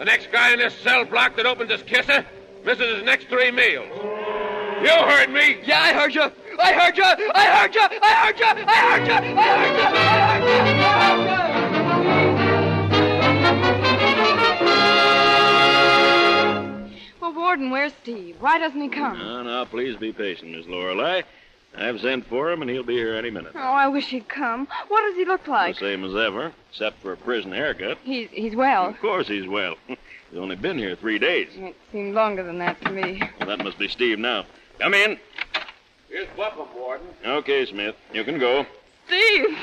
[SPEAKER 19] The next guy in this cell block that opens his kisser misses his next three meals. You heard me?
[SPEAKER 17] Yeah, I heard you. I heard you. I heard you. I heard you. I heard you. I heard you.
[SPEAKER 9] Well, Warden, where's Steve? Why doesn't he come?
[SPEAKER 12] Now, now, please be patient, Miss Lorelei. I've sent for him, and he'll be here any minute.
[SPEAKER 9] Oh, I wish he'd come. What does he look
[SPEAKER 12] The
[SPEAKER 9] like?
[SPEAKER 12] same as ever, except for a prison haircut.
[SPEAKER 9] He's he's well.
[SPEAKER 12] Of course he's well. he's only been here three days.
[SPEAKER 9] It seemed longer than that to me.
[SPEAKER 12] Well, that must be Steve now. Come in.
[SPEAKER 19] Here's Buffum, Warden.
[SPEAKER 12] Okay, Smith. You can go.
[SPEAKER 9] Steve,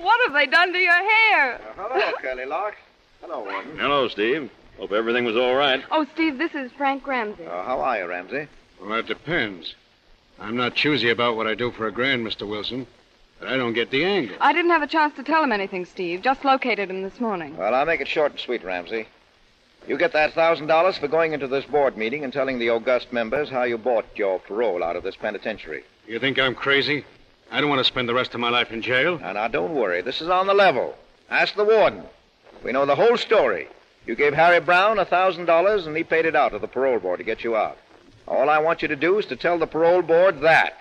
[SPEAKER 9] what have they done to your hair?
[SPEAKER 8] hello, Curly Locks. Hello, Warden.
[SPEAKER 12] Hello, Steve. Hope everything was all right.
[SPEAKER 9] Oh, Steve, this is Frank Ramsey.
[SPEAKER 8] Uh, how are you, Ramsey?
[SPEAKER 16] Well, that depends. I'm not choosy about what I do for a grand, Mr. Wilson, but I don't get the angle.
[SPEAKER 9] I didn't have a chance to tell him anything, Steve. Just located him this morning.
[SPEAKER 8] Well, I'll make it short and sweet, Ramsey. You get that $1,000 for going into this board meeting and telling the august members how you bought your parole out of this penitentiary.
[SPEAKER 16] You think I'm crazy? I don't want to spend the rest of my life in jail.
[SPEAKER 8] Now, now, don't worry. This is on the level. Ask the warden. We know the whole story. You gave Harry Brown $1,000 and he paid it out to the parole board to get you out. All I want you to do is to tell the parole board that.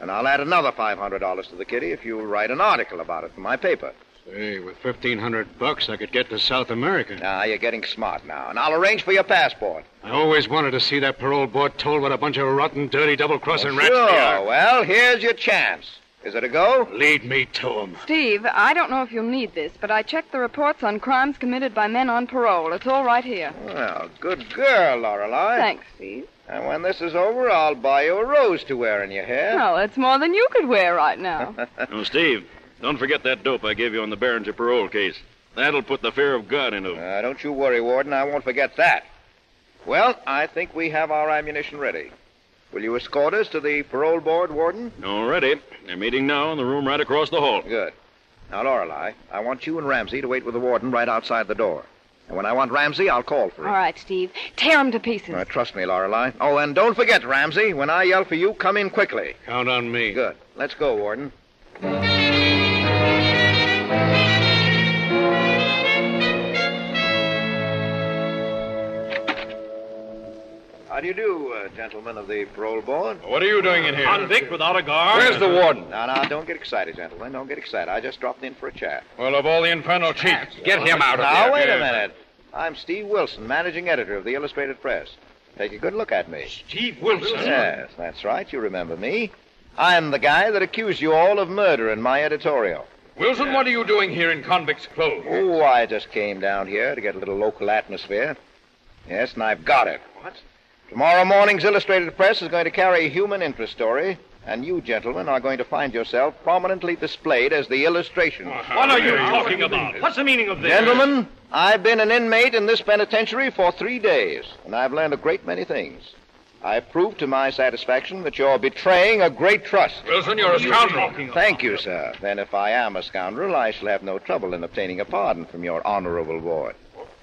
[SPEAKER 8] And I'll add another $500 to the kitty if you write an article about it in my paper.
[SPEAKER 16] Hey, with 1500 bucks, I could get to South America.
[SPEAKER 8] Now, you're getting smart now, and I'll arrange for your passport.
[SPEAKER 16] I always wanted to see that parole board told what a bunch of rotten, dirty, double-crossing
[SPEAKER 8] Sure.
[SPEAKER 16] rats they are.
[SPEAKER 8] Well, here's your chance. Is it a go?
[SPEAKER 16] Lead me to 'em.
[SPEAKER 9] Steve, I don't know if you'll need this, but I checked the reports on crimes committed by men on parole. It's all right here.
[SPEAKER 8] Well, good girl, Lorelei.
[SPEAKER 9] Thanks, Steve.
[SPEAKER 8] And when this is over, I'll buy you a rose to wear in your hair.
[SPEAKER 9] Well, that's more than you could wear right now.
[SPEAKER 12] Oh, Steve, don't forget that dope I gave you on the Barringer parole case. That'll put the fear of God into him.
[SPEAKER 8] Uh, don't you worry, Warden. I won't forget that. Well, I think we have our ammunition ready. Will you escort us to the parole board, Warden?
[SPEAKER 12] All ready. They're meeting now in the room right across the hall.
[SPEAKER 8] Good. Now, Lorelei, I want you and Ramsey to wait with the warden right outside the door. And when I want Ramsey, I'll call for
[SPEAKER 9] all
[SPEAKER 8] him.
[SPEAKER 9] right, Steve. Tear him to pieces.
[SPEAKER 8] Uh, trust me, Lorelei. Oh, and don't forget, Ramsey, when I yell for you, come in quickly.
[SPEAKER 16] Count on me.
[SPEAKER 8] Good. Let's go, Warden. How do you do, uh, gentlemen of the parole board?
[SPEAKER 12] What are you doing in here? Convict without a guard?
[SPEAKER 8] Where's the warden? Now, now, don't get excited, gentlemen. Don't get excited. I just dropped in for a chat.
[SPEAKER 16] Well, of all the infernal chiefs,
[SPEAKER 12] get him out of
[SPEAKER 8] now,
[SPEAKER 12] here.
[SPEAKER 8] wait
[SPEAKER 12] Yeah.
[SPEAKER 8] a minute. I'm Steve Wilson, managing editor of the Illustrated Press. Take a good look at me.
[SPEAKER 12] Steve Wilson?
[SPEAKER 8] Yes, that's right. You remember me. I'm the guy that accused you all of murder in my editorial.
[SPEAKER 20] Wilson, what are you doing here in convict's clothes?
[SPEAKER 8] Oh, I just came down here to get a little local atmosphere. Yes, and I've got it. What? Tomorrow morning's Illustrated Press is going to carry a human interest story, and you gentlemen are going to find yourself prominently displayed as the illustration.
[SPEAKER 20] What are you talking about? What's the meaning of this?
[SPEAKER 8] Gentlemen, I've been an inmate in this penitentiary for three days, and I've learned a great many things. I've proved to my satisfaction that you're betraying a great trust.
[SPEAKER 20] Wilson, you're a scoundrel.
[SPEAKER 8] Thank you, sir. Then, if I am a scoundrel, I shall have no trouble in obtaining a pardon from your honorable board.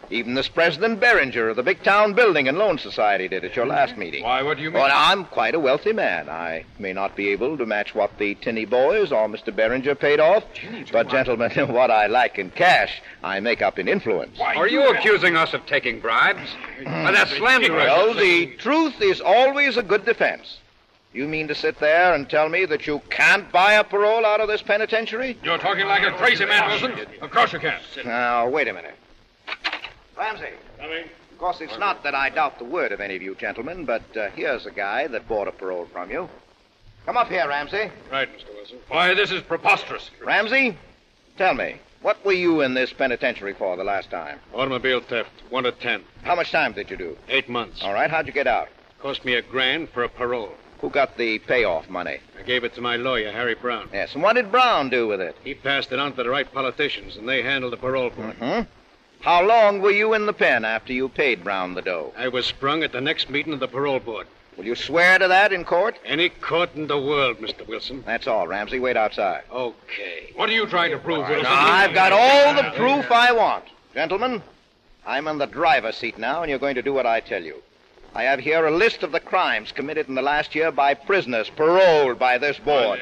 [SPEAKER 8] Even this President Beringer of the Big Town Building and Loan Society did at your last meeting. Why,
[SPEAKER 20] Hmm? what do you
[SPEAKER 8] mean? Well, I'm quite a wealthy man. I may not be able to match what the Tinny Boys or Mr. Beringer paid off, but, gentlemen, what I lack in cash, I make up in influence.
[SPEAKER 16] Are you accusing us of taking bribes?
[SPEAKER 20] Hmm.
[SPEAKER 16] Why, that's slanderous.
[SPEAKER 8] Hmm. Well, the truth is always a good defense. You mean to sit there and tell me that you can't buy a parole out of this penitentiary?
[SPEAKER 20] You're talking like a crazy man, Wilson. Of course you can.
[SPEAKER 8] Now, wait a minute. Ramsey.
[SPEAKER 20] Coming.
[SPEAKER 8] Of course, it's not that I doubt the word of any of you gentlemen, but uh, here's a guy that bought a parole from you. Come up here, Ramsey.
[SPEAKER 20] Right, Mr. Wilson. Why, this is preposterous.
[SPEAKER 8] Ramsey, tell me, what were you in this penitentiary for the last time?
[SPEAKER 16] Automobile theft, one to ten.
[SPEAKER 8] How much time did you do?
[SPEAKER 16] Eight months.
[SPEAKER 8] All right, how'd you get out?
[SPEAKER 16] Cost me a grand for a parole.
[SPEAKER 8] Who got the payoff money?
[SPEAKER 16] I gave it to my lawyer, Harry Brown.
[SPEAKER 8] Yes, and what did Brown do with it?
[SPEAKER 16] He passed it on to the right politicians, and they handled the parole board.
[SPEAKER 8] Hmm? How long were you in the pen after you paid Brown the dough?
[SPEAKER 16] I was sprung at the next meeting of the parole board.
[SPEAKER 8] Will you swear to that in court?
[SPEAKER 16] Any court in the world, Mr. Wilson.
[SPEAKER 8] That's all, Ramsey. Wait outside.
[SPEAKER 16] Okay.
[SPEAKER 20] What are you trying to prove, Wilson?
[SPEAKER 8] Now, I've got all the proof I want. Gentlemen, I'm in the driver's seat now, and you're going to do what I tell you. I have here a list of the crimes committed in the last year by prisoners paroled by this board.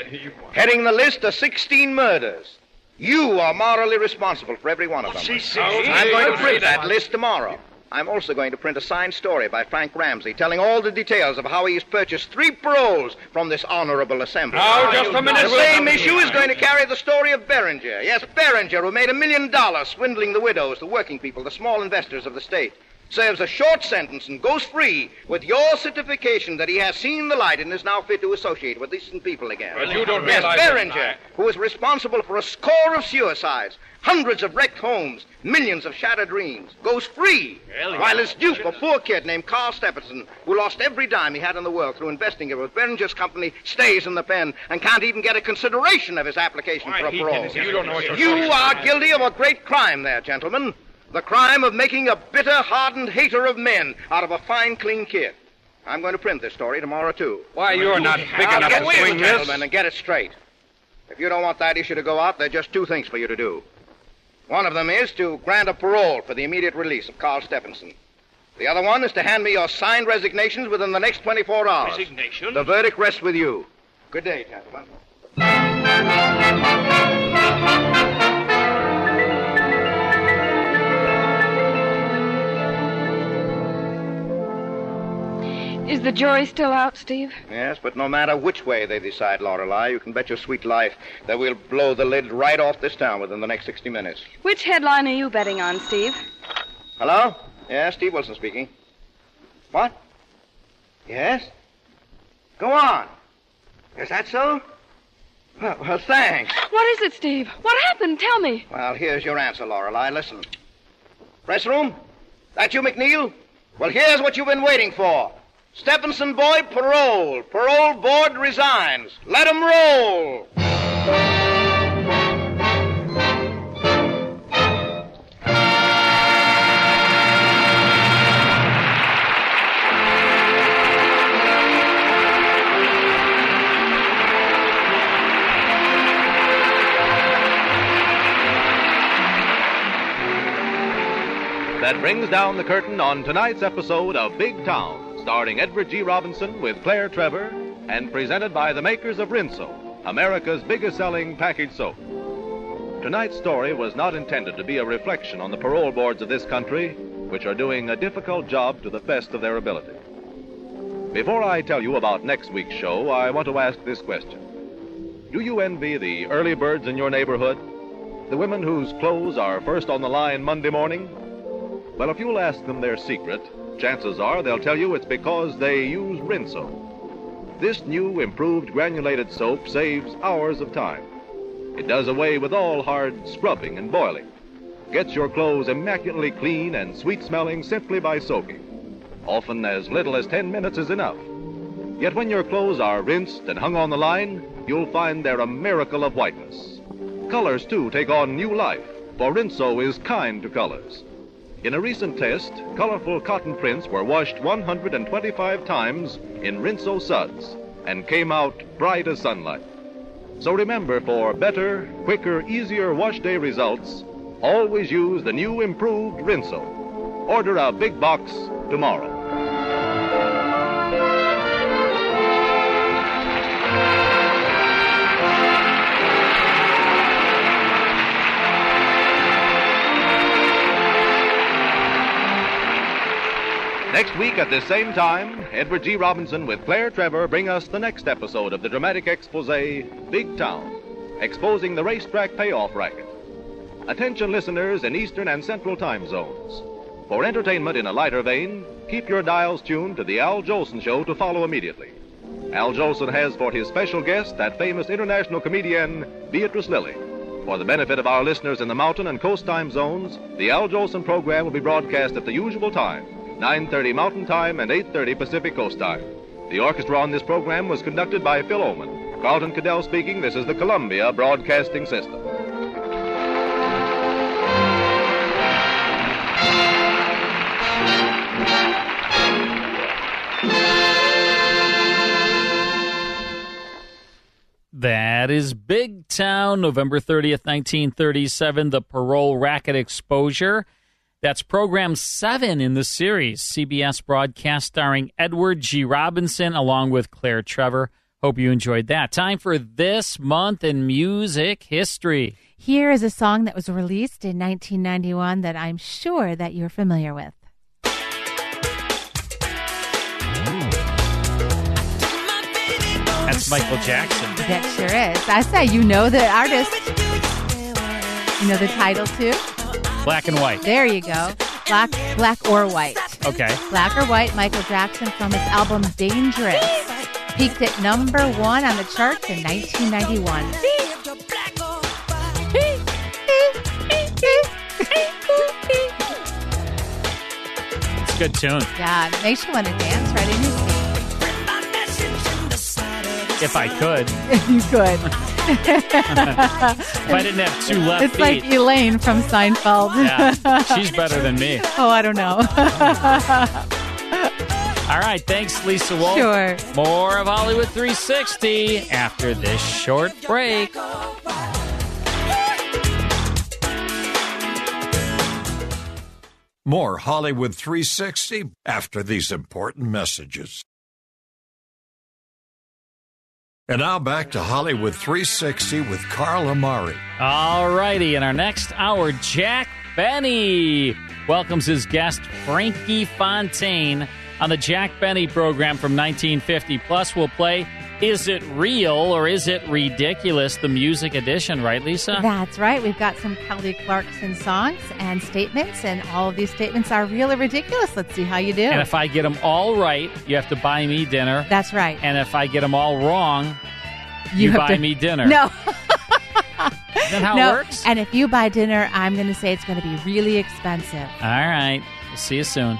[SPEAKER 8] Heading the list are 16 murders. You are morally responsible for every one of them. I'm going to print that list tomorrow. I'm also going to print a signed story by Frank Ramsey telling all the details of how he's purchased three paroles from this honorable assembly.
[SPEAKER 19] Now, just a minute,
[SPEAKER 8] The same
[SPEAKER 19] Wilson.
[SPEAKER 8] issue is going to carry the story of Berenger. Yes, Berenger, who made a million dollars swindling the widows, the working people, the small investors of the state. Serves a short sentence and goes free with your certification that he has seen the light and is now fit to associate with decent people again.
[SPEAKER 19] But you don't
[SPEAKER 8] yes,
[SPEAKER 19] realize that
[SPEAKER 8] Berenger, who is responsible for a score of suicides, hundreds of wrecked homes, millions of shattered dreams, goes free. While his dupe, a poor kid named Carl Stephenson, who lost every dime he had in the world through investing it with Beringer's company, stays in the pen and can't even get a consideration of his application for a
[SPEAKER 19] he
[SPEAKER 8] parole.
[SPEAKER 19] can- you don't know what you're talking
[SPEAKER 8] You
[SPEAKER 19] about.
[SPEAKER 8] are guilty of a great crime there, gentlemen. The crime of making a bitter, hardened hater of men out of a fine, clean kid. I'm going to print this story tomorrow, too.
[SPEAKER 19] Why, you're not big
[SPEAKER 8] Now,
[SPEAKER 19] enough
[SPEAKER 8] get
[SPEAKER 19] to
[SPEAKER 8] with it,
[SPEAKER 19] swing this.
[SPEAKER 8] gentlemen, and get it straight. If you don't want that issue to go out, there are just two things for you to do. One of them is to grant a parole for the immediate release of Carl Stephenson. The other one is to hand me your signed resignations within the next 24 hours.
[SPEAKER 19] Resignation?
[SPEAKER 8] The verdict rests with you. Good day, gentlemen.
[SPEAKER 9] Is the jury still out, Steve?
[SPEAKER 8] Yes, but no matter which way they decide, Lorelei, you can bet your sweet life that we'll blow the lid right off this town within the next 60 minutes.
[SPEAKER 9] Which headline are you betting on, Steve?
[SPEAKER 8] Hello? Yeah, Steve Wilson speaking. What? Yes? Go on. Is that so? Well, well thanks.
[SPEAKER 9] What is it, Steve? What happened? Tell me.
[SPEAKER 8] Well, here's your answer, Lorelei. Listen. Press room? That you, McNeil? Well, here's what you've been waiting for. Stephenson boy parole. Parole board resigns. Let 'em roll.
[SPEAKER 7] That brings down the curtain on tonight's episode of Big Town, starring Edward G. Robinson with Claire Trevor and presented by the makers of Rinso, America's biggest selling package soap. Tonight's story was not intended to be a reflection on the parole boards of this country, which are doing a difficult job to the best of their ability. Before I tell you about next week's show, I want to ask this question Do you envy the early birds in your neighborhood? The women whose clothes are first on the line Monday morning? Well, if you'll ask them their secret, chances are they'll tell you it's because they use Rinso. This new improved granulated soap saves hours of time. It does away with all hard scrubbing and boiling. Gets your clothes immaculately clean and sweet smelling simply by soaking. Often as little as 10 minutes is enough. Yet when your clothes are rinsed and hung on the line, you'll find they're a miracle of whiteness. Colors, too, take on new life, for Rinso is kind to colors. In a recent test, colorful cotton prints were washed 125 times in Rinso suds and came out bright as sunlight. So remember, for better, quicker, easier wash day results, always use the new improved Rinso. Order a big box tomorrow. Next week at this same time, Edward G. Robinson with Claire Trevor bring us the next episode of the dramatic expose, Big Town, exposing the racetrack payoff racket. Attention listeners in Eastern and Central time zones. For entertainment in a lighter vein, keep your dials tuned to the Al Jolson Show to follow immediately. Al Jolson has for his special guest that famous international comedian, Beatrice Lilly. For the benefit of our listeners in the mountain and coast time zones, the Al Jolson program will be broadcast at the usual time, 9:30 Mountain Time and 8:30 Pacific Coast Time. The orchestra on this program was conducted by Phil Oman. Carlton Cadell speaking. This is the Columbia Broadcasting System.
[SPEAKER 1] That is Big Town, November 30th, 1937, the parole racket exposure. That's program seven in the series, CBS broadcast starring Edward G. Robinson along with Claire Trevor. Hope you enjoyed that. Time for this month in music history.
[SPEAKER 2] Here is a song that was released in 1991 that I'm sure that you're familiar with.
[SPEAKER 1] That's Michael Jackson.
[SPEAKER 2] That sure is. I say you know the artist. You know the title too?
[SPEAKER 1] Black and white.
[SPEAKER 2] There you go. Black black or white.
[SPEAKER 1] Okay.
[SPEAKER 2] Black or white, Michael Jackson from his album Dangerous. Peaked at number one on the charts in 1991.
[SPEAKER 1] It's a good tune.
[SPEAKER 2] God, makes you want to dance right in your seat.
[SPEAKER 1] If I could.
[SPEAKER 2] you could.
[SPEAKER 1] If I didn't have two left
[SPEAKER 2] It's like
[SPEAKER 1] feet.
[SPEAKER 2] Elaine from Seinfeld.
[SPEAKER 1] Yeah, she's better than me.
[SPEAKER 2] Oh, I don't know.
[SPEAKER 1] All right, thanks, Lisa Wolf.
[SPEAKER 2] Sure.
[SPEAKER 1] More of Hollywood 360 after this short break.
[SPEAKER 6] More Hollywood 360 after these important messages. And now back to Hollywood 360 with Carl Amari.
[SPEAKER 1] All righty, in our next hour, Jack Benny welcomes his guest Frankie Fontaine on the Jack Benny program from 1950. Plus, we'll play Is It Real or Is It Ridiculous? The music edition, right, Lisa?
[SPEAKER 2] That's right. We've got some Kelly Clarkson songs and statements, and all of these statements are real or ridiculous. Let's see how you do.
[SPEAKER 1] And if I get them all right, you have to buy me dinner.
[SPEAKER 2] That's right.
[SPEAKER 1] And if I get them all wrong,
[SPEAKER 2] You
[SPEAKER 1] you,
[SPEAKER 2] have
[SPEAKER 1] buy
[SPEAKER 2] to-
[SPEAKER 1] me dinner.
[SPEAKER 2] No.
[SPEAKER 1] Isn't that how
[SPEAKER 2] no.
[SPEAKER 1] it works?
[SPEAKER 2] And if you buy dinner, I'm going to say it's going to be really expensive.
[SPEAKER 1] All right. See you soon.